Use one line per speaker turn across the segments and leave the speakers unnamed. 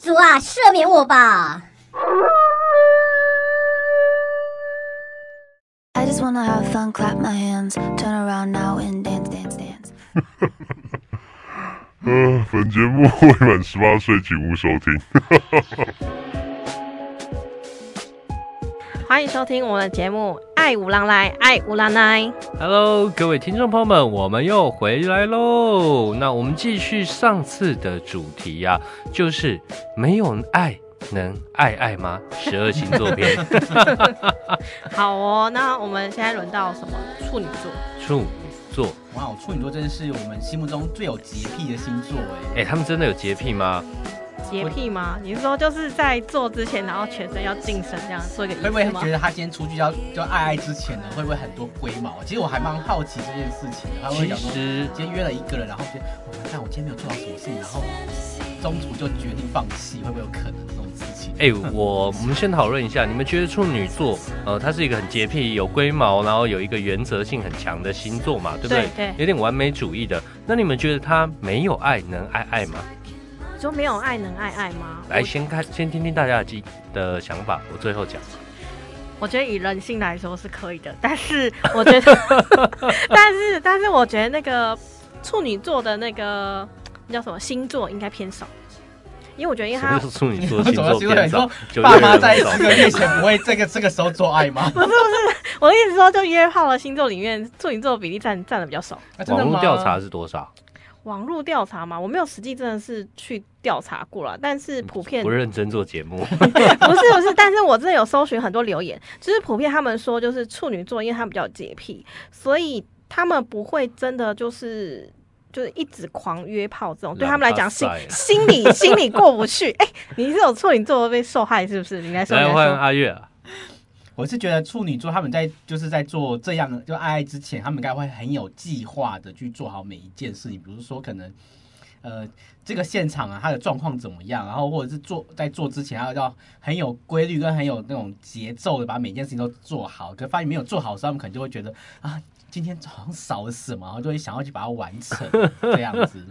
主啊，赦免我吧！
I just wanna have fun, clap my hands, turn around now and dance, dance, dance.
呃，本节目未满十八岁，请勿收听。
欢迎收听我们的节目《爱无浪来爱无浪来》。
Hello，各位听众朋友们，我们又回来喽。那我们继续上次的主题呀、就是没有爱能爱爱吗？十二星座 篇，
好哦，那我们现在轮到什么？处女座。
处女座。
哇，哦，处女座真的是我们心目中最有洁癖的星座哎。
哎、他们真的有洁癖吗？
洁癖吗？你是说就是在做之前，然后全身要净身这样做一个仪
会不会
式吗
觉？得他今天出去要就爱爱之前呢，会不会很多龟毛？啊其实我还蛮好奇这件事情的。他会
其
想说，
实
今天约了一个人，然后觉得我完蛋，我今天没有做到什么事，然后中途就决定放弃，会不会有可能这种事情？
哎、我我们先讨论一下，你们觉得处女座，呃，它是一个很洁癖、有龟毛，然后有一个原则性很强的星座嘛，对不对？
对对
有点完美主义的。那你们觉得他没有爱能爱爱吗？
你说没有爱能爱爱吗？
来，先看，先听听大家的记的想法，我最后讲。
我觉得以人性来说是可以的，但是我觉 得，但是但是我觉得那个处女座的那个那叫什么星座应该偏少，因为我觉得因为
什么
他
是处女 座星座
怎么了
偏
星座
少
你？
九
爸
月
妈
人
在
很
这个
少
月前不会这个这个时候做 爱吗？
我的意思说，就约炮的星座里面，处女座的比例占占的比较少。
啊真的
网络
吗
调查是多少？
网络调查嘛，我没有实际真的是去调查过了，但是普遍
嗯不认真做节目，
不是不是，但是我真的有搜寻很多留言，就是普遍他们说，就是处女座，因为他们比较洁癖，所以他们不会真的就是就是一直狂约炮这种，对他们来讲心
懒趴赛
心里心里过不去。哎、你是有处女座被受害是不是？你来说，你
来
来
换
说。
阿月啊。
我是觉得处女座他们在就是在做这样的就爱爱之前，他们应该会很有计划的去做好每一件事情，比如说可能。呃，这个现场啊，他的状况怎么样？然后或者是做在做之前，他要很有规律跟很有那种节奏的把每件事情都做好。可发现没有做好的时候，他们可能就会觉得啊，今天好像少了什么，然后就会想要去把它完成这样子。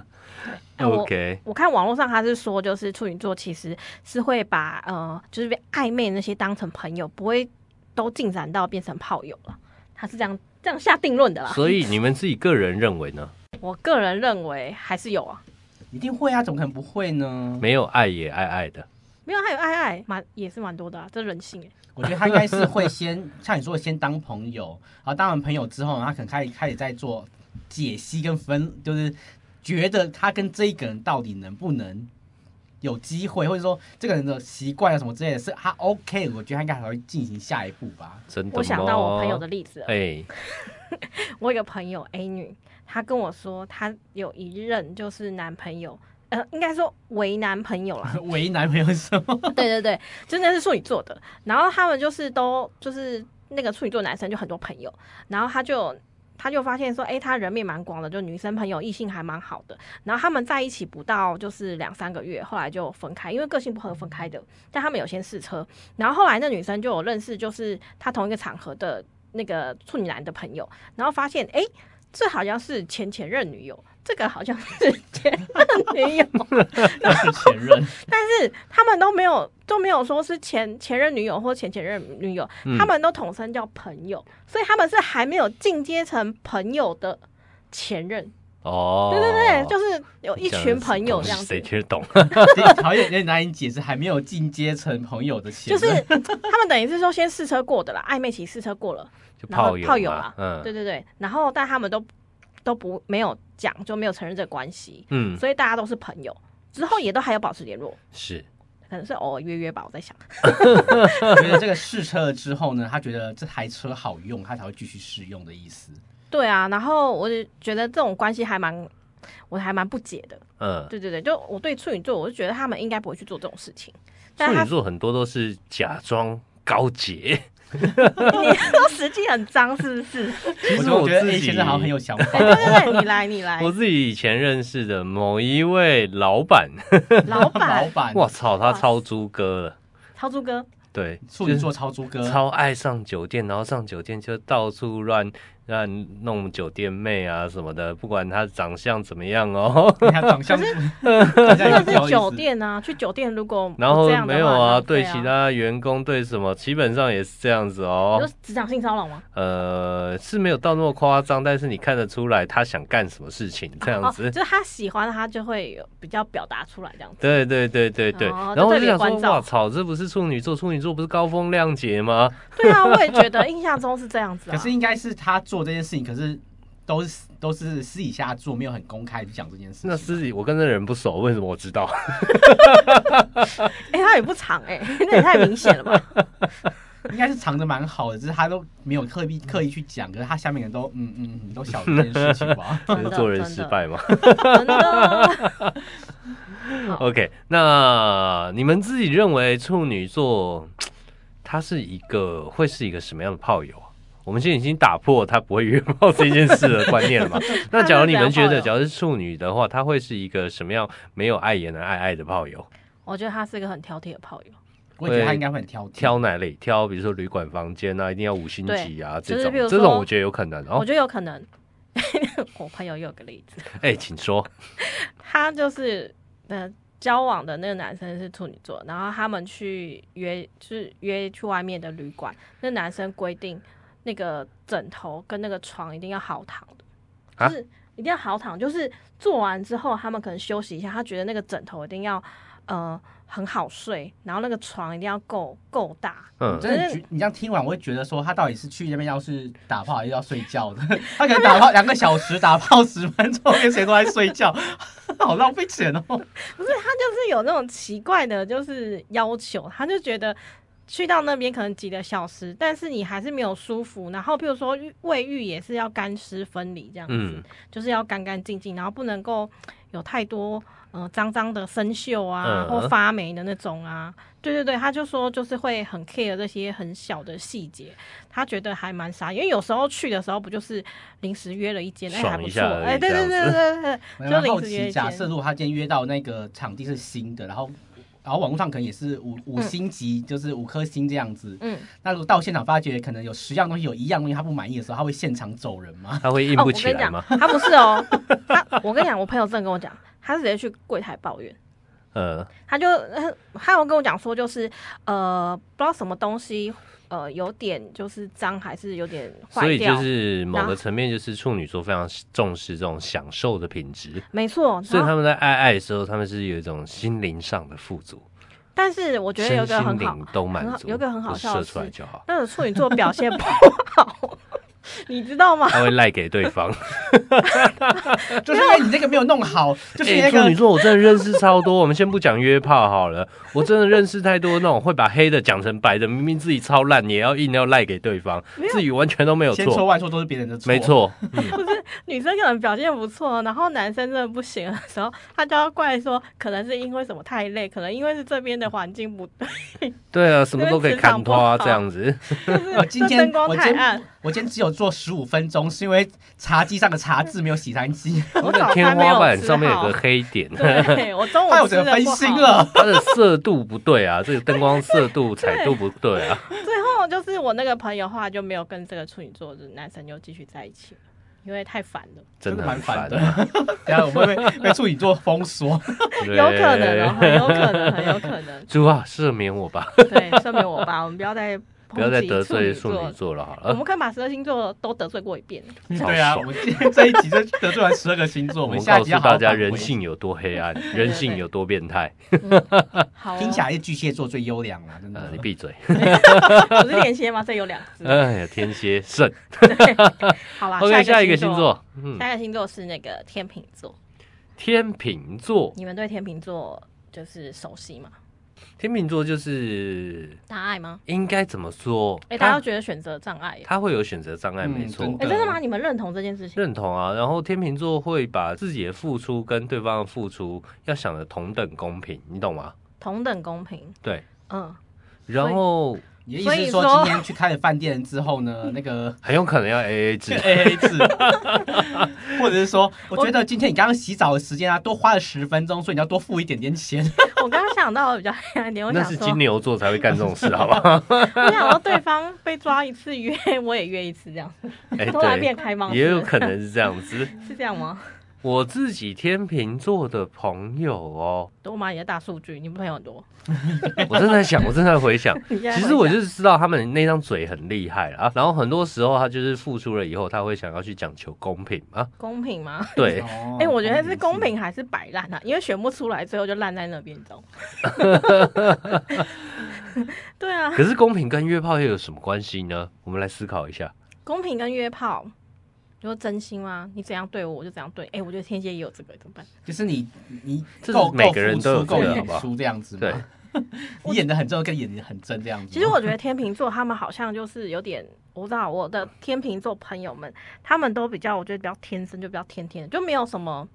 哎我
OK，
我看网络上他是说，就是处女座其实是会把呃，就是暧昧那些当成朋友，不会都进展到变成炮友了。他是这样这样下定论的啦。
所以你们自己个人认为呢？
我个人认为还是有啊。
一定会啊，怎么可能不会呢？
没有爱也爱爱的，
没有，还有爱爱，蛮也是蛮多的、啊，这人性哎。
我觉得他应该是会先 像你说的，先当朋友，然后当完朋友之后，他可能开始开始在做解析跟分，就是觉得他跟这一个人到底能不能有机会，或者说这个人的习惯啊什么之类的，是他 OK，我觉得他应该还会进行下一步吧。，
真的吗？
我想到我朋友的例子了，啊
哎，
我有个朋友 A 女，她跟我说她有一任就是男朋友，呃，应该说为男朋友啦
为男朋友是什么？
对对对，真的是处女座的。然后他们就是都就是那个处女座男生就很多朋友，然后他就。他就发现说，哎、他人面蛮广的，就女生朋友异性还蛮好的。然后他们在一起不到就是两三个月，后来就分开，因为个性不合分开的。但他们有先试车，然后后来那女生就有认识，就是她同一个场合的那个处女男的朋友，然后发现，哎、这好像是前前任女友，这个好像是前任女友，
那是前任，
但是他们都没有都没有说是前前任女友或前前任女友，
嗯
他们都统称叫朋友，所以他们是还没有进阶成朋友的前任。
哦，
对对对，就是有一群朋友这样
谁
子。
听得懂？
好像有点难以解释，还没有进阶成朋友的前
就
任。
是他们等于是说先试车过的啦，暧昧期试车过了，
就
然后
炮友
炮友
嘛
啦，对
嗯
对对，然后但他们都都不没有讲，就没有承认这个关系，
嗯，
所以大家都是朋友，之后也都还有保持联络，
是
可能是偶尔约约吧，我在想。
我觉得这个试车了之后呢，他觉得这台车好用，他才会继续试用的意思。
对啊，然后我就觉得这种关系还蛮，我还蛮不解的。
嗯。
对对对，就我对处女座，我就觉得他们应该不会去做这种事情。但
处
他
女座很多都是假装高 洁，
你 说实际很脏是不 是？
其实
我就觉得
哎
自
A
己
先生好像很有想
对
法。
对对，你来你来
我，自己以前认识的某一位老板，
老
老
板
板，
我操，他
哇
超猪哥了，
超猪哥，
对，
处女座超猪哥，
超爱上酒店，然后上酒店就到处乱那弄酒店妹啊什么的，不管她长相怎么样哦。
你看长相， 长相也
真
不
的是
好意
酒
思。
店啊，去酒店如果不
然后
这样的
没有
话
啊，
那
对
啊
其他员工对什么，基本上也是这样子哦
你。说职场性骚扰吗？
呃，是没有到那么夸张，但是你看得出来他想干什么事情这样
哦，
子。
就是他喜欢他就会有比较表达出来这样子。
对对对对对，
哦
然后我
就特
就
别
想说，
关照
哇操，这不是处女座，处女座不是高风亮节吗？
对啊，我也觉得印象中是这样子啊。
可是应该是他做这件事情，可是都是都是私底下做，没有很公开去讲这件事情。
那私底我跟那人不熟，为什么我知道？。
哎、他也不长哎、 那也太明显了吧？
应该是藏的蛮好的，只是他都没有刻意刻意去讲，可是他下面人都嗯嗯嗯都晓得这件事情吧
就是做人
真的
失败嘛。
真的，
OK，那你们自己认为处女座他是一个会是一个什么样的炮友啊？我们现在已经打破他不会约炮这件事的观 念了嘛？那假如你们觉
他是怎
得，
样炮友
假如是处女的话，他会是一个什么样没有爱也能爱爱的炮友？
我觉得他是一个很挑剔的炮友，
我也觉得他应该会很挑剔，
挑哪里？挑比如说旅馆房间啊，一定要五星级啊
对就
这
是
种
比如，说
这种我觉得有可能
我
哦。
觉得有可能。 我朋友又有个例子，
哎，请说。
他就是呃交往的那个男生是处女座，然后他们去约，就是约去外面的旅馆，那男生规定那个枕头跟那个床一定要好躺的，
啊
就是一定要好躺，就是做完之后他们可能休息一下，他觉得那个枕头一定要呃很好睡，然后那个床一定要够够大，
嗯，
真的觉，你这样听完，我会觉得说他到底是去那边要是打炮，还是要睡觉的？ 他可能打炮两个小时，打炮十分钟，跟谁都在睡觉， 好浪费钱哦。
不是，他就是有那种奇怪的，就是要求，他就觉得去到那边可能几个小时，但是你还是没有舒服。然后，譬如说浴卫浴也是要干湿分离这样子，
嗯
就是要干干净净，然后不能够有太多呃脏脏的生锈啊、
嗯
或发霉的那种啊。对对对，他就说就是会很 care 这些很小的细节，他觉得还蛮傻，因为有时候去的时候不就是临时约了一间，哎还
爽
不
一
错
下而，已
哎对对
这
对
样子
对对
我
对，就
蛮好
临时约
奇，
一
假
间。
设如果他今天约到那个场地是新的，然后然后网络上可能也是五五星级，就是五颗星这样子。
嗯，
那如果到现场发觉可能有十样东西，有一样东西他不满意的时候，他会现场走人 吗？
他会硬
哦，
不
我
起
跟你
来
讲，
吗？
他不是哦，他我跟你讲，我朋友真的跟我讲，他直接去柜台抱怨，哦
呃，
他就呃他有跟我讲说，就是呃不知道什么东西呃有点就是脏还是有点坏
所以
掉，
就是某
然
个
后
层面，就是处女座非常重视这种享受的品质。
没错。
所以
然后
他们在爱爱的时候，他们是有一种心灵上的富足，
但是我觉得有
身
一个很
心
好
灵，都
很
满
好
足，
有一个很好
就
笑
射
的
出来
是
就好，
那种处女座表现不好， 你知道吗？
他会赖给对方。
就是因哎为你那个没有弄好，就是你
哎，
那
处女
个
座我真的认识超多，我们先不讲约炮好了，我真的认识太多那种会把黑的讲成白的，明明自己超烂，也要硬要赖给对方，自己完全都没有
千错
错，
万错都是别人的错。
没，错，
女生可能表现不错，然后男生真的不行的时候，他就要怪说，可能是因为什么太累，可能因为是这边的环境不 对，
对啊，什么都可以砍拖
因为磁场不好
啊，这 样子。
就是
我今
这
天
灯光
我
太
今
暗。
我今天只有做十五分钟，是因为茶几上的茶渍没有洗干净，
那个 天花板上面有个黑点，
对， 我中午
害我
吃
整
的
个分
不
心
好。
了。
它的色度不对啊，这个灯光色 度、彩度不对啊。
最后就是我那个朋友后来就没有跟这个处女座的男生就继续在一起了，因为太烦了，
真的
蛮
很烦
烦的
啊，
等下我会被被处女座封锁，
对。
有可能哦，很有可能，很有可能
主啊，赦免我吧，
对，说明我吧，我们不要再
不要再
抨击
得罪
处
处
女
女
座。
座了，好
我们
了。
可以把十二星座都得罪过一遍，
对啊，
好爽
我们今天这一集就得罪完十二个星座，
我
我们
们
下
告
一
诉
集要好好
大家
挽回
人。性有多黑暗，
对
人性有多变 态。
好、哦，
听起来是巨蟹座最优良了，啊
嗯
真
呃
的，
你。闭嘴。
不是连蝎吗？这有两 只。
哎呀，天蝎肾。
好啦
OK，下
一
一个
星
星，座，嗯，
下一个星座是那个天秤座，
天秤座。
你们对天秤座就是熟悉吗？
天秤座就是
大爱吗？
应该怎么说？
哎、大家
他
都觉得选择障碍耶，
他会有选择障碍，
嗯
没错
真。
哎、真的吗？你们认同这件事情？
认同啊，然后天秤座会把自己的付出跟对方的付出要想的同等公平，你懂吗？
同等公平。
对，
嗯，
然后
你的意
所
思
以
是说
说
今天去开了饭店之 后呢，那个
很有可能要 A A 制
这。A A 制， 或者是说，我觉得今天你刚刚洗澡的时间啊，多花了十分钟，所以你要多付一点点钱。
我刚刚想到的比较黑暗一点，我
那
想
是
说，
金牛座才会干这种事，好不好？
我想说对方被抓一次约，我也约一次这样，
哎，
突然变
对，
开放式，
也 有可能是这样子。
是这样吗？
我自己天秤座的朋友哦，
多吗？你的大数据，你朋友很多。
我正在想，我 正在回想，
你现在
其实
回
我
想
就是知道他们那张嘴很厉害啊，然后很多时候他就是付出了以后，他会想要去讲求公平嘛，
公平吗？
对，
哎
哎、我觉得是公
哦
平还是摆烂啊？因为选不出来，最后就烂在那边，你知道吗？ 对啊，
可是公平跟约炮又有什么关系呢？我们来思考一下。
公平跟约炮，你说真心吗？你怎样对我，我就怎样对。哎、我觉得天蝎也有这个，怎么办？
就是你你
这是
够
每个人都有
够付
这
出
个好
够
不好
演出这样子
对
嘛？ 你演的很真，跟演的很真这样子吗。
其实我觉得天秤座他们好像就是有点，我不知道我的天秤座朋友们，他们都比较，我觉得比较天生，就比较天天的，就没有什么。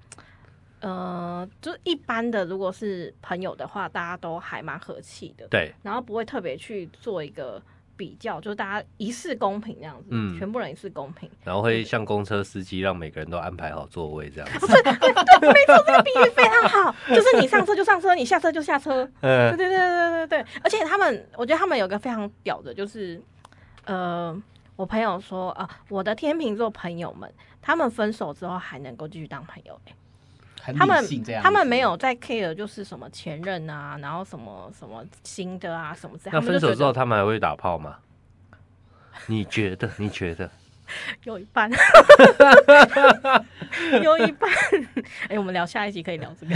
呃，就是一般的，如果是朋友的话，大家都还蛮和气的。
对，
然后不会特别去做一个比较，就是大家一视公平这样子，
嗯
全部人一视公平。
然后会像公车司机让每个人都安排好座位这样 子。
这个比喻非常好，就是你上车就上车，你下车就下车。对
嗯，
对对对对对，而且他们，我觉得他们有个非常屌的，就是呃，我朋友说啊、我的天秤座朋友们，他们分手之后还能够继续当朋友、欸
很
他们
理性这样子，
他们没有在 care 就是什么前任啊，然后什么什么新的啊什么之类，他
那
们就觉
分手
得
之后他们还会打炮吗？你觉得？你觉得？
有一 半，有一半。哎、我们聊下一集可以聊这 个。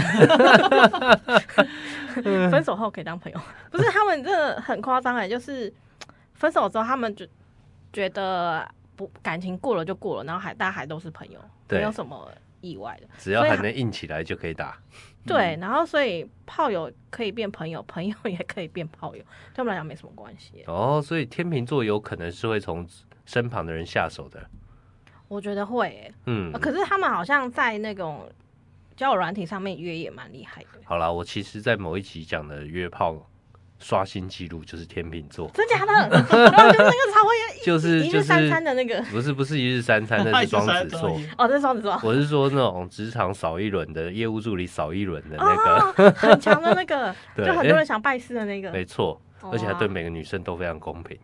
分手后可以当朋友，不是他们真的很夸张哎，就是分手之后他们就觉得不感情过了就过了，然后还大家还都是朋友，
对
没有什么意外的。
只要
所以
还
他
能硬起来就可以打。
对，然后所以炮友可以变朋友，朋友也可以变炮友，对他们来讲没什么关系。
哦，所以天秤座有可能是会从身旁的人下手的。
我觉得会、欸
嗯
呃，可是他们好像在那种交友软体上面约也蛮厉害的。
好啦，我其实，在某一集讲的约炮刷新记录就是天秤座，
真假的？ 然后就是那个超会一
就是
一
就
日
是
三餐的那个。
不是不是一日 三餐，那是双子座。
哦，这是双子座，
我是说那种职场扫一轮的业务助理扫一轮的那个，
哦，很强的那个，就
对
很多人想拜师的那个，
没错，
哦
而且还对每个女生都非常公 平。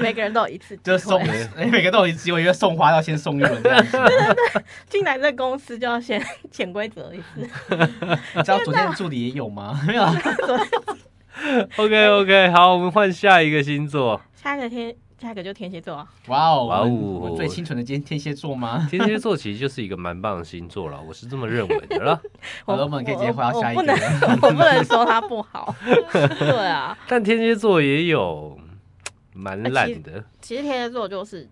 每个人都有一次机
就是送
会。
哎每个都有一次，我以为送花要先送一轮这样 子。
进来这公司就要先 潜规则一次。
你知道昨天的助理也有吗？没有啊，
OK OK，好，我们换下一个星座，
下一个天，下一个就天蝎座啊，
哇哦，
哇哦
我们我们最清纯的今天天蝎座吗？
天蝎座其实就是一个蛮棒的星座了，我是这么认为的啦。
好了，
我
我们可以直接回到
我
下一
我不能
个。，
我不能说他不 好。对啊，
但天蝎座也有嗯蛮烂的，
其实天蝎座就是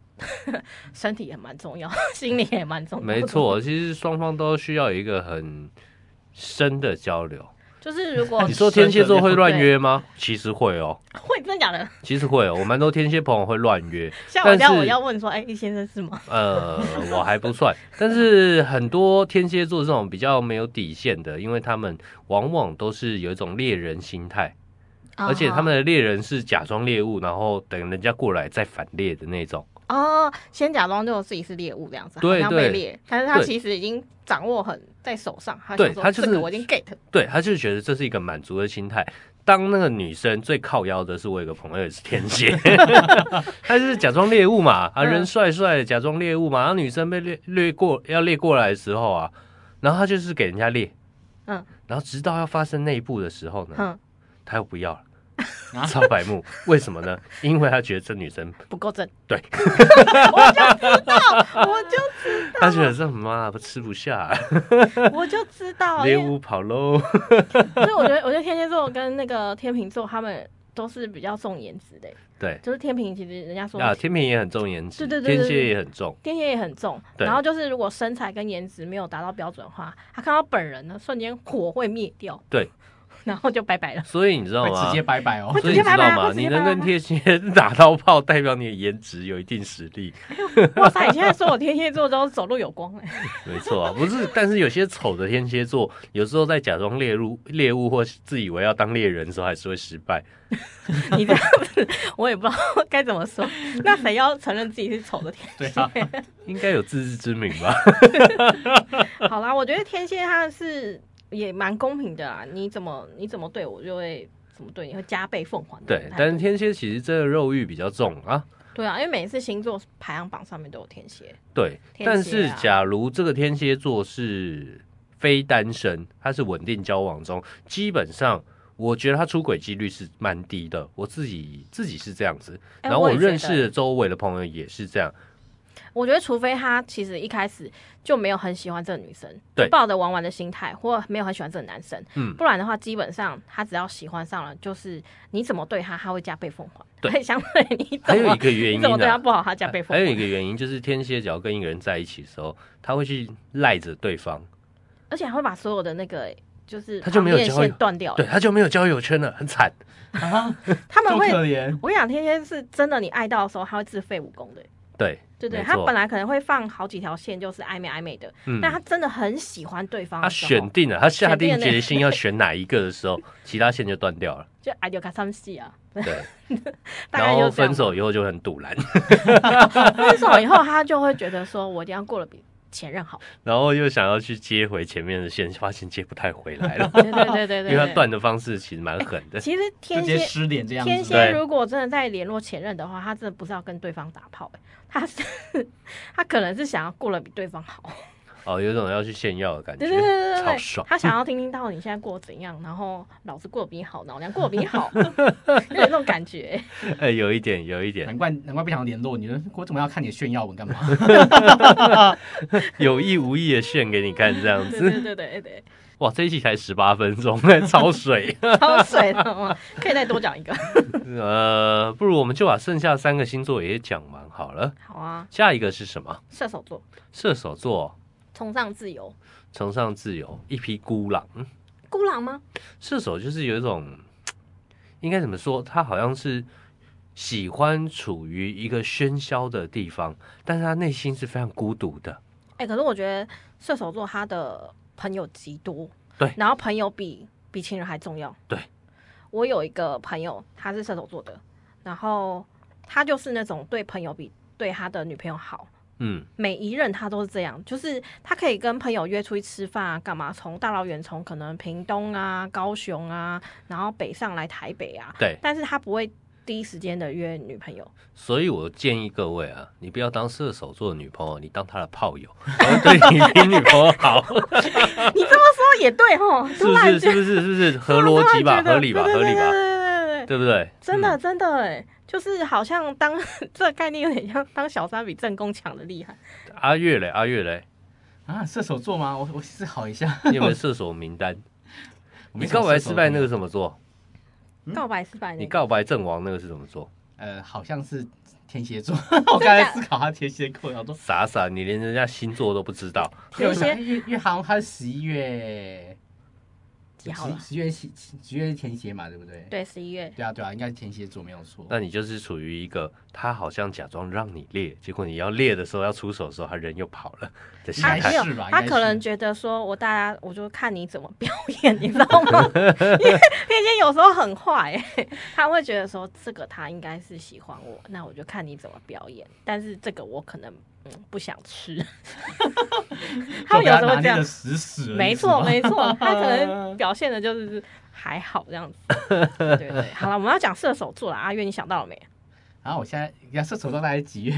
身体也蛮重要， 心理也蛮 重要。
没错，其实双方都需要有一个很深的交流。
哦就是如果
你说天蝎座会乱约吗？其实会哦，
会真的假的，
其实会哦，我蛮多天蝎朋友会乱约，
像我这
但
样
是
我要问说，哎，易先生是吗？
呃，我还不算，但是很多天蝎座这种比较没有底线的，因为他们往往都是有一种猎人心态，
啊
而且他们的猎人是假装猎物，然后等人家过来再反猎的那种。
哦，先假装就自己是猎物这样子，
对
好像被
对
猎，但是他
对
其实已经掌握很在手上，他
对
想说
他就
这
是
个我已经 get，
对，他就觉得这是一个满足的心态。当那个女生最靠腰的是我有个朋友也是天蝎， 他就是假装猎物嘛，啊
嗯
人帅帅的假装猎物嘛，然后女生被猎猎过要猎过来的时候啊，然后他就是给人家猎，
嗯
然后直到要发生那一步的时候呢，
哼，
他又不要了
啊。
超白目，为什么呢？因为他觉得这女生，
不够正，
对，
我就知道，我就知
他觉得这妈不吃不下，
我就知道，
猎
因为
物跑喽。
所以我觉得，我觉得天蝎座跟那个天秤座他们都是比较重颜值的，
对
就是天平其实人家说
啊，天平也很重颜值，
对对对对
天蝎也很重，
天蝎也很重，
对
然后就是如果身材跟颜值没有达到标准的话，他看到本人呢，瞬间火会灭掉。
对，
然后就拜拜了。
所以你知道
会
吗
直？接拜拜哦
会。
所以
直接
你知
拜拜
道
啊
吗？
会直
你
接
能
拜
跟
拜
天蝎打到炮，代表你的颜值有一定实力，
哇塞，你现在说我天蝎座都走路有光哎、
没错啊。不是，但是有些丑的天蝎座，有时候在假装猎物、猎物或是自以为要当猎人的时候，还是会失败。
你这样子我也不知道该怎么 说。那谁要承认自己是丑的天
对啊，
应该有自知之明吧？
蝎？好啦，我觉得天蝎他是也蛮公平的啦，你怎么你怎么对我就会。怎么对你会加倍奉还的那
对
种态度？，
但是天蝎其实真的肉欲比较重啊。
对啊，因为每一次星座排行榜上面都有天蝎，
对，
天蝎
但是
啊
假如这个天蝎座是非单身，他是稳定交往中，基本上我觉得他出轨几率是蛮低的。我自己自己是这样子，
哎
然后
我
我
也觉得
认识的周围的朋友也是这样。
我觉得，除非他其实一开始就没有很喜欢这个女生，
对
抱着玩玩的心态，或没有很喜欢这个男生，
嗯
不然的话，基本上他只要喜欢上了，就是你怎么对他，他会加倍奉还。
对，
相对你
还
怎
有一
么
个原
你
因啊哎
怎么对他
呢、
不好，他加倍奉
还有一
还。
个原因就是天蝎只要跟一个人在一起的时候，他会去赖着对方，
而且还会把所有的那个就是
他就没有
网页
交友
线断掉了。
对，他就没有交友圈了，很惨。
啊，
他们
多
会，
可怜。
我跟你讲，天蝎是真的，你爱到的时候，他会自废武功的。
对，
对对，
没
他
错
本来可能会放好几条线，就是暧昧暧昧的，
嗯
但他真的很喜欢对方
他
的时候，
选定了，他下
选定
定
了
决心要选哪一个 的时候，其他线就断掉了。
就爱就卡三戏啊，
对，
大
然
概
后
就这样
分。手以后就很堵然，
分手以后，他就会觉得说，我一定要过得比前任好。
然后又想要去接回前面的线，发现接不太回来了
，对对对对
因
对
为他
对。
断的方式其实蛮狠的。
其实
直
天
接
蝎
失联这样
天
子，
蝎
对
如果真的在联络前任的话，他真的不是要跟对方打炮、欸，他是 他可能是想要过得比对方好。
哦，有种要去炫耀的感觉
对对对，对
超
对
爽
对，。他想要听听到你现在过得怎样，然后老子过得比你好，老娘过得比你好，有点那种感觉、欸
哎，有一点，有一点，
难怪难怪不想联络你了。我怎么要看你的炫耀 文干嘛？
有意无意的炫给你看这样
对
子。
对对对对，
哇，这一期才十八分钟， 超水。
超水的嘛，可以再多讲一个。
呃，不如我们就把剩下三个星座也讲完好了。
好啊，
下一个是什么？
射手座
射手座，
崇尚自由，
崇尚自由，一匹孤狼。
孤狼吗？
射手就是有一种，应该怎么说？他好像是喜欢处于一个喧嚣的地方，但是他内心是非常孤独的。
哎、可是我觉得射手座他的朋友极多，
对
然后朋友比比情人还重要。
对，
我有一个朋友，他是射手座的，然后他就是那种对朋友比对他的女朋友好。
嗯，
每一任他都是这样，就是他可以跟朋友约出去吃饭啊，干嘛？从大老远从可能屏东啊、高雄啊，然后北上来台北啊，
对。
但是他不会第一时间的约女朋友。
所以我建议各位啊，你不要当射手座的女朋友，你当他的炮友， 然后对你比女朋友好，
你这么说也对哦，
是不是？是不是？是不是？ 合逻辑吧，合理吧，合理
对
吧，
对对对，
对不对？
真的
嗯
真的哎、就是好像当 这个概念有点像当小三比正宫抢的厉害。
阿月嘞，阿月嘞，
啊，射手座吗？我我思考一下。
你有没有射手名 单？
我没
你
什么
告白
射手
失败那个
座
什么座？
嗯
告白失败那
你
个，
告白阵亡那个是什么座？
呃，好像是天蝎 座。我刚才思考他天蝎座，然后说
傻傻，你连人家星座都不知道。
天蝎
月月好像他十一月
几号啊了
十十月十十月是天蝎嘛，对不对？
对，十一月
对啊对啊，应该是天蝎座没有错。
那你就是处于一个他好像假装让你猎，结果你要猎的时候要出手的时候，他人又跑了的心
他
应
态
该
没。有
是吧，
他
应该
可能
是
觉得说，我大家我就看你怎么表演， 你知道 吗？因为天蝎有时候很坏、欸， 他会觉得说这个他应该是喜欢我，那我就看你怎么表演。但是这个我可能嗯不想 吃，他们
就被
有
他
时候
拿
会这
捏
样
的，死死了，
没
你知
错
道吗
没错，他可能表现的就是还好这 样子。对对对，好了，我们要讲射手座了，阿月你想到了没？
然啊后我现在，人家射手座大概几月？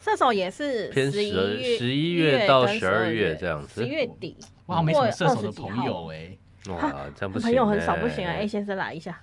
射手也是
偏
11
12
月
11月到
跟
12月
月
这样子
十一月底，
我好像没什么射手的
过了
朋友哎。
哇，这样不行、
朋友很少，不行啊！A
哎、
先生来一下，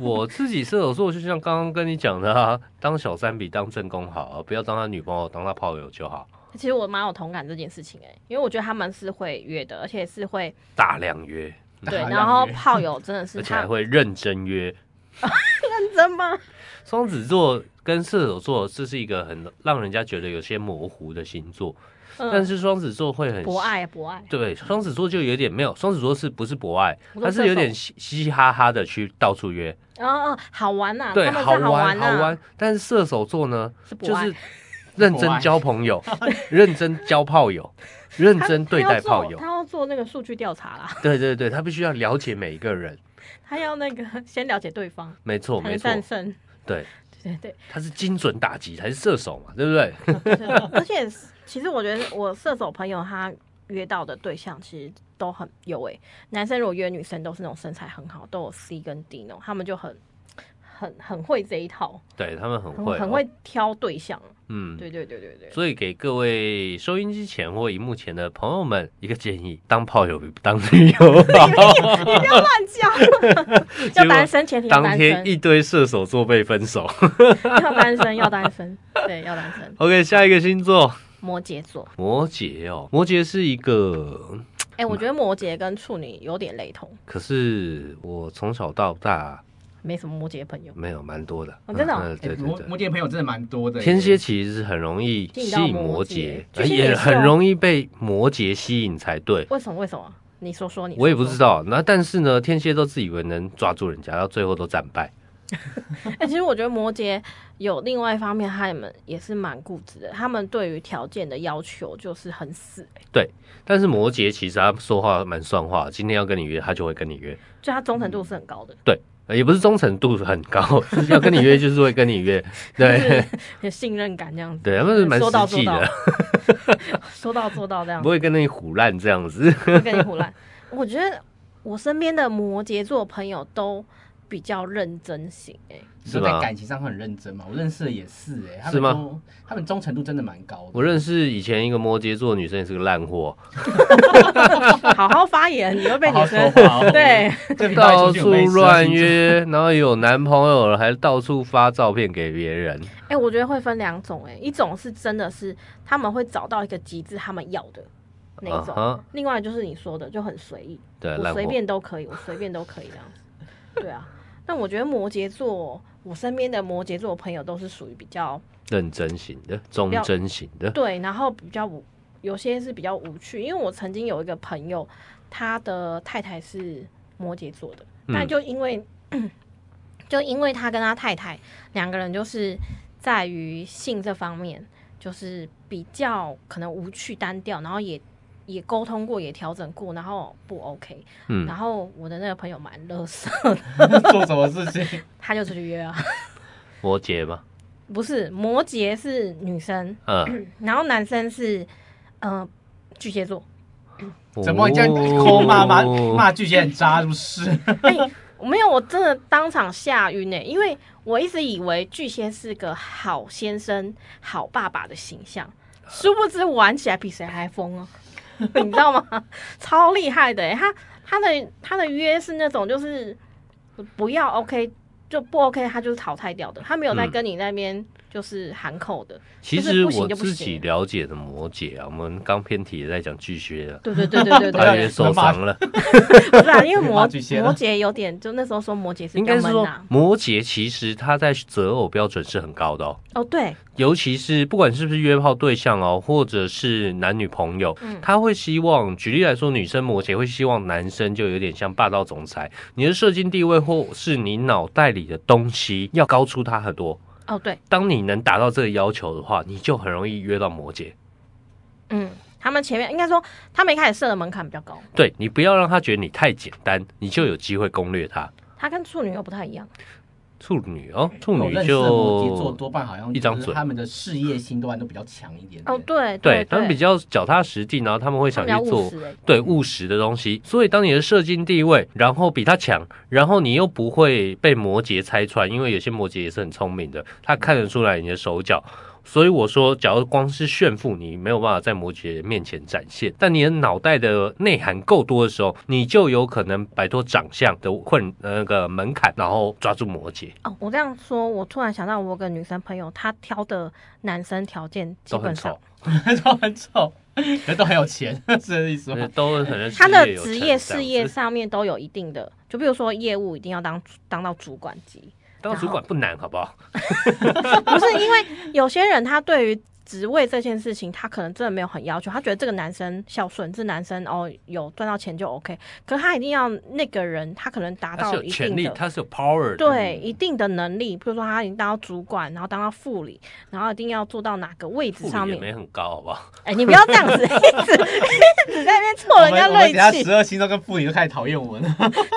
我自己射手座就像刚刚跟你讲的啊，当小三比当正宫好啊，不要当他女朋友，当他炮友就好。
其实我蛮有同感这件事情哎、因为我觉得他们是会约的，而且是会
大量约，
对，
大量约
然后炮友真的是
而且
他
还会认真约。
认真 吗？
双子座跟射手座，这是一个很让人家觉得有些模糊的星座。
嗯
但是双子座会很
博爱啊博爱，
对，双子座就有点没有，双子座是不是博爱
我？说
他是有
射手
点嘻嘻哈哈的去到处约，
哦哦，好玩呐、
对，
他们是
好玩好
呐、
玩。但是射手座呢，
是博
就
爱
是 认真交 朋友，认真交炮友，认真对待炮友
他。要做他要做那个数据调查啦，
对对对，他必须要了解每一个人，
他要那个 先了解对方，
没
才
错哦没
能
错
战，胜。
对，
对 对
他是精准打击，才是射手嘛，对不对？
对，对而且其实我觉得我射手朋友他约到的对象其实都很有诶、男生如果约女生都是那种身材很好，都有 C 跟 D 那种，他们就很很很会这一套，
对他们很
很
会、哦，
很会挑对象。
嗯，
对对对对对。
所以给各位收音机前或荧幕前的朋友们一个建议：当炮友比当 女友好。
你不要乱讲， 要单身前提要
当
单
天
身，
一 堆射手座被分手。
要单身要单身，对，要单身。
OK，下一个星座
摩羯座，
摩羯哦，摩羯是一个，
哎、我觉得摩羯跟处女有点雷同，
可是我从小到大
没什么摩羯朋友。
没有蛮多的。
哦真的哦
嗯嗯对
哎
对
摩
对。
摩羯朋友真的蛮多的耶，欸
天蝎其实是很容易
吸
吸
引到
引
摩
摩
羯
羯，
巨蟹也
也
是哦
很容易被摩羯吸引才对。
为什么？为什么？你说说，你说
我也不知
说。
道，那但是呢，天蝎都自以为能抓住人家，到最后都战败。
哎、其实我觉得摩羯有另外一方面，他们也是蛮固执的，他们对于条件的要求就是很死、哎
但是摩羯其实他说话蛮算话，今天要跟你约，他就会跟你约，
就他忠诚度是很高的，
呃也不是忠诚度很高，就是要跟你约就是会跟你约，对
有信任感这样子。
对，他们是蛮
说到
实
做
际
到
的，，
说到做到这样
不
子，
会跟你胡乱这样子。
不跟你胡乱。我觉得我身边的摩羯座朋友都比较认真型、 哎，
你
是
说
吗
在感情上会很认真嘛？我认识的也是哎、他
是
们
吗
都他们忠诚度真的蛮高的。
我认识以前一个摩羯座女生也是个烂货，
好好发言，你会被女
好好
生
说话哦
对，
这频道
到
出去有
处
啊
被说
乱
星座
约，然后有男朋友了还到处发照片给别人。
哎、我觉得会分两种、哎，一种是真的是他们会找到一个极致他们要的那一种
啊哈
另外就是你说的就很随意，
对，
我
烂货
随。便都可以，我随便都可以这样子。对啊，但我觉得摩羯座，我身边的摩羯座朋友都是属于比较
认真型的、忠
较
贞型的，
对，然后比较无，有些是比较无趣。因为我曾经有一个朋友，他的太太是摩羯座的，
嗯
但就因为、 就因为他跟他太太两个人就是在于性这方面，就是比较可能无趣单调，然后也也沟通过，也调整过，然后不 OK。
嗯
然，后我的那个朋友蛮乐色，
做什么事情？
他就出去约啊，
摩羯嘛，
不是摩羯是女生，
嗯，
然后男生是呃巨蟹座。
怎么会这样
哦
抠骂骂骂巨蟹很渣是不是？
哎，我没有，我真的当场吓晕呢，因为我一直以为巨蟹是个好先生、好爸爸的形象，殊不知玩起来比谁还疯啊， 你知道吗？超厉害的欸，他他的他的约是那种就是不要 OK 就不 OK，他就是淘汰掉的，他没有在
嗯
跟你那边就是喊口的，
其
就是
实
不行
我
就不
自
行
己了解的摩羯啊，我们刚偏题也在讲巨蟹啊，
对对对对对
他
对，
也受伤了。
不是啊，因为摩
骂巨蟹了
摩羯有点，就那时候说摩羯是
应
比
该
较
是
闷
说
啊，
摩羯其实他在择偶标准是很高的哦，
哦对，
尤其是不管是不是约炮对象哦，或者是男女朋友，
嗯
他会希望，举例来说，女生摩羯会希望男生就有点像霸道总裁，你的社经地位或是你脑袋里的东西要高出他很多。
哦对，
当你能达到这个要求的话，你就很容易约到摩羯。
嗯，他们前面应该说，他们一开始设的门槛比较高，
对你不要让他觉得你太简单，你就有机会攻略他。
他跟处女又不太一样。
处女哦，处
我
女
认识
就
的摩羯座多半好像
一张
就是
嘴
他们的事业心多半都比较强一点点。
哦，对
对，他们
对，
比较脚踏实地，然后他们会
他
想
们比较
去
务
做
实欸
对务实的东西。所以当你的社经地位，然后比他强，然后你又不会被摩羯拆穿，因为有些摩羯也是很聪明的，他看得出来你的手脚。所以我说，假如光是炫富，你没有办法在摩羯面前展现。但你的脑袋的内涵够多的时候，你就有可能摆脱长相的困呃那个门槛，然后抓住摩羯。
哦，我这样说，我突然想到，我有个女生朋友，她挑的男生条件基
都很
本上
丑，，
都很丑，可是都很有钱， 是这意思吗？
都很能
她的职
事业有成
业
这样
事业
子
上面都有一定的，就比如说业务一定要当当到主管级，
当主管不难，好不好？
不是因为有些人他对于职位这件事情，他可能真的没有很要求，他觉得这个男生孝顺，这男生哦有赚到钱就 OK，可是他一定要那个人，他可能达
他
到
是有
一
权
定
利，
的。
他是有 power 的。
对一定的能力，比如说他已经当到主管，然后当到副理，然后一定要做到哪个位置
副
上
理也
面。
没很高，好不好？
哎、你不要这 样子，一直一直在那边
我
挫人
们
家
我们等下
锐气
十。二星座跟妇女就开始讨厌我了。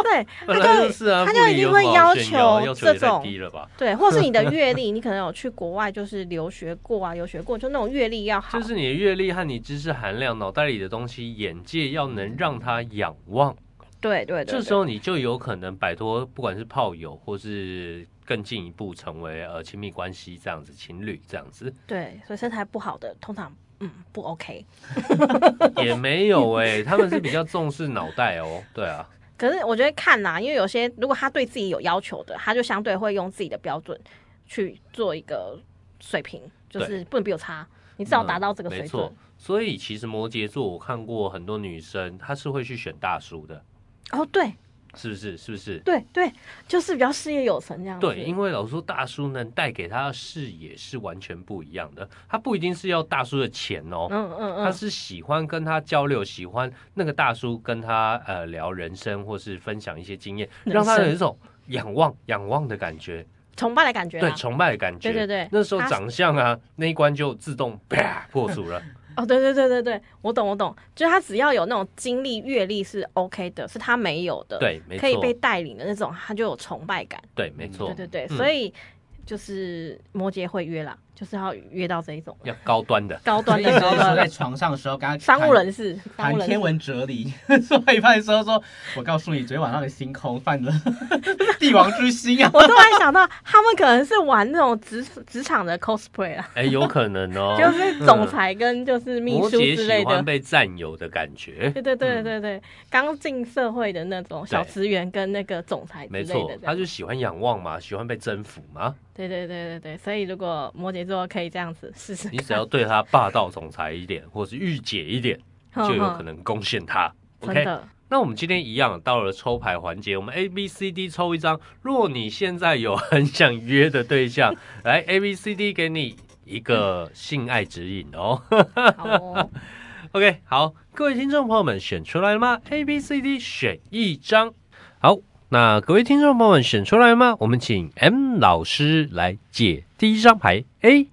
对，
本
他
来就
就是
啊，
他
副
就
理
一定
有
会
什么好
要
炫耀的
求
要求
这
也太
种
低了吧？
对，或是你的阅历，你可能有去国外就是留学过啊，留 学过，就那种阅历要好。
就是你的阅历和你知识含量，脑袋里的东西，眼界要能让他仰望，
对对对
这
对
时候你就有可能摆脱，不管是炮友或是更进一步成为呃亲密关系这样子，情侣这样 子
对，所以身材不好的通常嗯不 OK。
也没有哎、他们是比较重视脑袋哦， 对啊，
可是我觉得看啦，因为有些如果他对自己有要求的，他就相对会用自己的标准去做一个水平，就是不能比我差，你至少达到这个
嗯
水
没
准。
错。所以其实摩羯座，我看过很多女生，她是会去选大叔的，
哦，对
是不是？是不是？
对对，就是比较事业有成这样子。
对，因为老实说，大叔能带给他的视野是完全不一样的。他不一定是要大叔的钱哦，
嗯嗯
他
嗯，
是喜欢跟他交流，喜欢那个大叔跟他呃聊人生，或是分享一些经验，
人
让他有
生
一种仰望仰望的感觉，
崇拜的感觉
对
啦。
崇拜的感
对
觉。
对对
那时候
他
长相啊那一关就自动啪破除 了。
哦，对对对对对，我懂我懂，就是他只要有那种经历阅历是 OK 的，是他没有的，，
对，没
可以被
错，
带领的那种，他就有崇拜感。
对，没错，
对对对，
嗯
所以就是摩羯会约啦，就是要约到这一种
要高端的。
高端 的
所以
高
说
端
在
的
床上的时候，刚刚
商务人士，商
谈
务人
天
士。
文哲理， 说一半的时候说，我告诉你，昨天晚上的星空泛了 帝王之 星啊。
我突然想到，他们可能是玩那种职职场的 cosplay 啦，。
哎，有可能哦 嗯
就是总裁跟就是秘
摩
书
羯
之类
喜
的
欢。被占有的感 觉。
对对对对对，刚进社会的那种小
嗯对
职员跟那个总裁之
没
类
错
的这，
他
样，
就喜欢仰望嘛，喜欢被征服嘛。
对对对对对，所以如果摩羯座可以这样子试试看，
你 只要对他霸道总裁一点，或是御姐一点，就有可能攻陷他。
哼哼
OK，
真的
那我们今天一样到了抽牌环节，我们 A B C D 抽一张。若你现在有很想约的对象，来 A B C D 给你一个性爱指引哦。
好哦，
OK，好，各位听众朋友们选出来了吗？A B C D 选一张。好，那各位听众朋友们选出来了吗？我们请 M 老师来解第一张牌 A。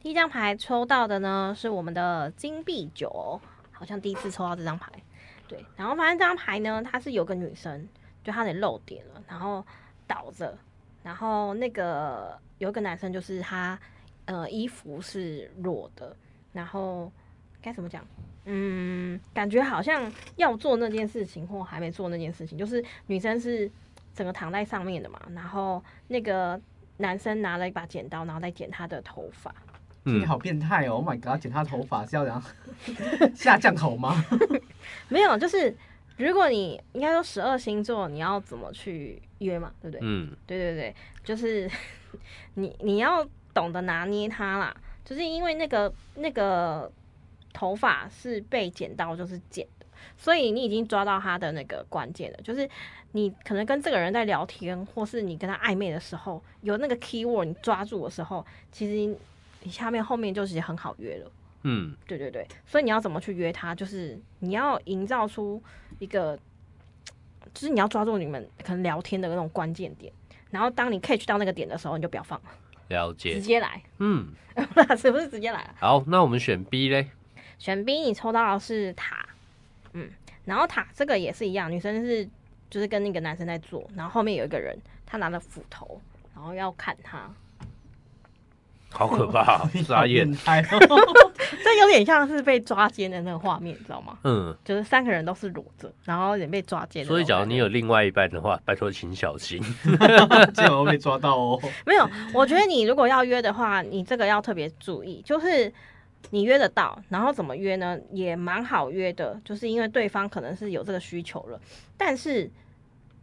第一张牌抽到的呢是我们的金币九，好像第一次抽到这张牌。对，然后反正这张牌呢，它是有个女生，就她的露点了，然后倒着，然后那个有一个男生，就是他呃衣服是裸的，然后该怎么讲？嗯，感觉好像要做那件事情或还没做那件事情，就是女生是整个躺在上面的嘛，然后那个男生拿了一把剪刀，然后再剪她的头发。
你
嗯，
好变态哦！Oh my god，剪他头发是要怎样 下降头吗？
没有，就是如果你应该说十二星座，你要怎么去约嘛，对不对？
嗯，
对对对，就是 你你要懂得拿捏它啦，就是因为那个那个头发是被剪刀就是剪的，所以你已经抓到它的那个关键了，就是你可能跟这个人在聊天，或是你跟他暧昧的时候，有那个 keyword 你抓住的时候，其实你下面后面就是很好约了。
嗯，
对对对，所以你要怎么去约他？就是你要营造出一个，就是你要抓住你们可能聊天的那种关键点，然后当你 catch 到那个点的时候，你就不要放，
了
直
解。
接来，
嗯，
是不是直接来啊？
好，那我们选 B 嘞。
选 B 你抽到的是塔，嗯，然后塔这个也是一样，女生是就是跟那个男生在做，然后后面有一个人他拿了斧头，然后要砍他，
好可怕、 啊，
好
傻
变
眼。
态哦！
这有点像是被抓奸的那个画面，你知道吗？
嗯，
就是三个人都是裸着，然后有点被抓奸的那种感觉。
所以假如你有另外一半的话，拜托请小心。
这种会被抓到哦。
没有，我觉得你如果要约的话，你这个要特别注意，就是你约得到，然后怎么约呢？也蛮好约的，就是因为对方可能是有这个需求了，但是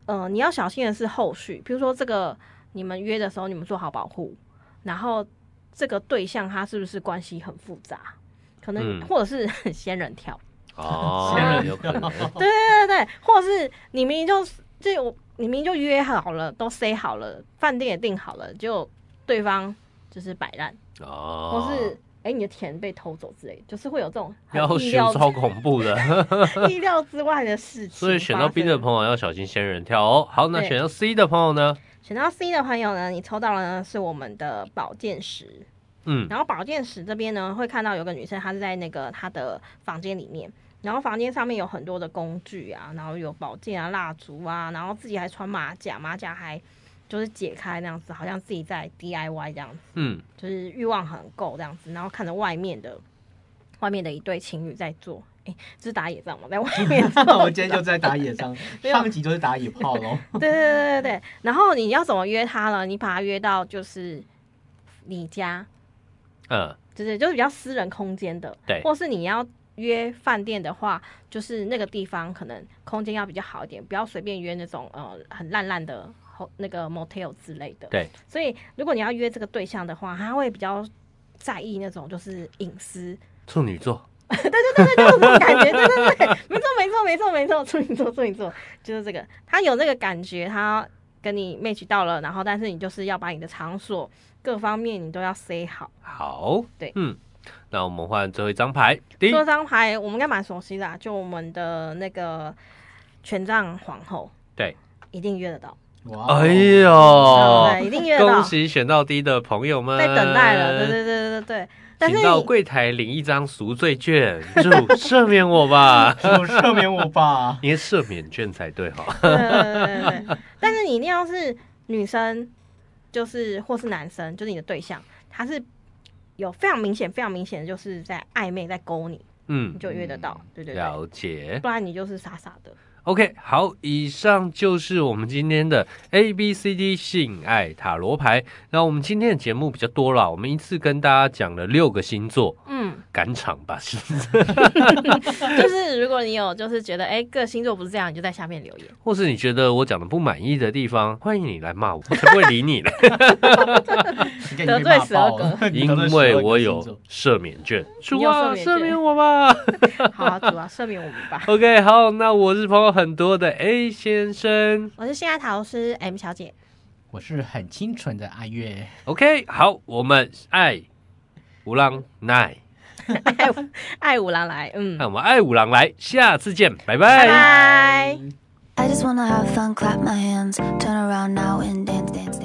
呃，你要小心的是后续，比如说这个你们约的时候，你们做好保护，然后这个对象他是不是关系很复杂？可能、
嗯
或者是 很仙人跳，
哦
仙，人
有可能。
对对对对，或者是你明明就这我你明明就约好了，都 say 好了，饭店也订好了，就对方就是摆烂，
哦，
或是哎、你的钱被偷走之类的，就是会有这种很
要
意
学
料
超恐怖的。
意料之外的事情。
所以选到 B 的
友，
朋友要小心仙人跳哦。好，那
对
选到 C 的朋友呢？
选到 C 的朋友呢，你抽到了呢是我们的保健石。
嗯，
然后保健室这边呢，会看到有个女生，她是在那个她的房间里面，然后房间上面有很多的工具啊，然后有宝剑啊、蜡烛啊，然后自己还穿马甲，马甲还就是解开那样子，好像自己在 DIY 这样子，
嗯，
就是欲望很够这样子，然后看着外面的外面的一对情侣在做。哎，这是打野仗嘛，在外面做
我今天就在打野仗，
啊
上一集就是打野炮喽。
对对对对对，然后你要怎么约他呢？你把他约到就是你家，
嗯，
就是就是比较私人空间的，
对
或是你要约饭店的话，就是那个地方可能空间要比较好一点，不要随便约那种呃很烂烂的 ho- 那个 motel 之类的。
对，
所以如果你要约这个对象的话，他会比较在意那种就是隐私，
处女座，
就是这种感觉，对对对，没错没错没错没错，处女座处女座就是这个，他有那个感觉，他跟你 match 到了，然后但是你就是要把你的场所各方面你都要 say 好。
好，
对
嗯，那我们换最后一张牌，D，
这张牌我们应该蛮熟悉的、啊，就我们的那个权杖皇后，
对，
一定约得到，
哇哦，
哎呦，
对，一定约哦得到
恭，喜选到 D 的朋友们，
被等待了，对对对对对。但是
请到
你
柜台领一张赎罪券， 祝赦免我 吧，
我赦免我吧。
应该赦免券才对哈。
对对对对对，但是你一定要是女生，就是或是男生，就是你的对象，他是有非常明显、非常明显的就是在暧昧，在勾你，
嗯
你，就约得到，对对对，
了解
不。然你就是傻傻的。
OK，好，以上就是我们今天的 A B C D 性爱塔罗牌。那我们今天的节目比较多了，我们一次跟大家讲了六个星座，
嗯，
赶场吧，是不是
就是如果你有就是觉得哎、各星座不是这样，你就在下面 留言。
或是你觉得我讲的不满意的地方，欢迎你来骂我，我才不会理你的，
你看你被骂爆了 你
因
得罪十二
为
个
我
星
有
座
赦免券，主
有
啊，
赦免
赦
券
免我吧。
好、啊，主啊，赦免我们吧。
OK，好，那我是朋友很多的 A 先生。
我是性爱塔罗师 M 小姐，
我是很清纯的阿月，
OK，好，我们爱五郎奈，
爱五爱五郎来，嗯，
那我们爱五郎来，下次见，拜
拜
拜。
拜。
I just wanna have fun, clap my hands, turn around now and dance, dance, dance.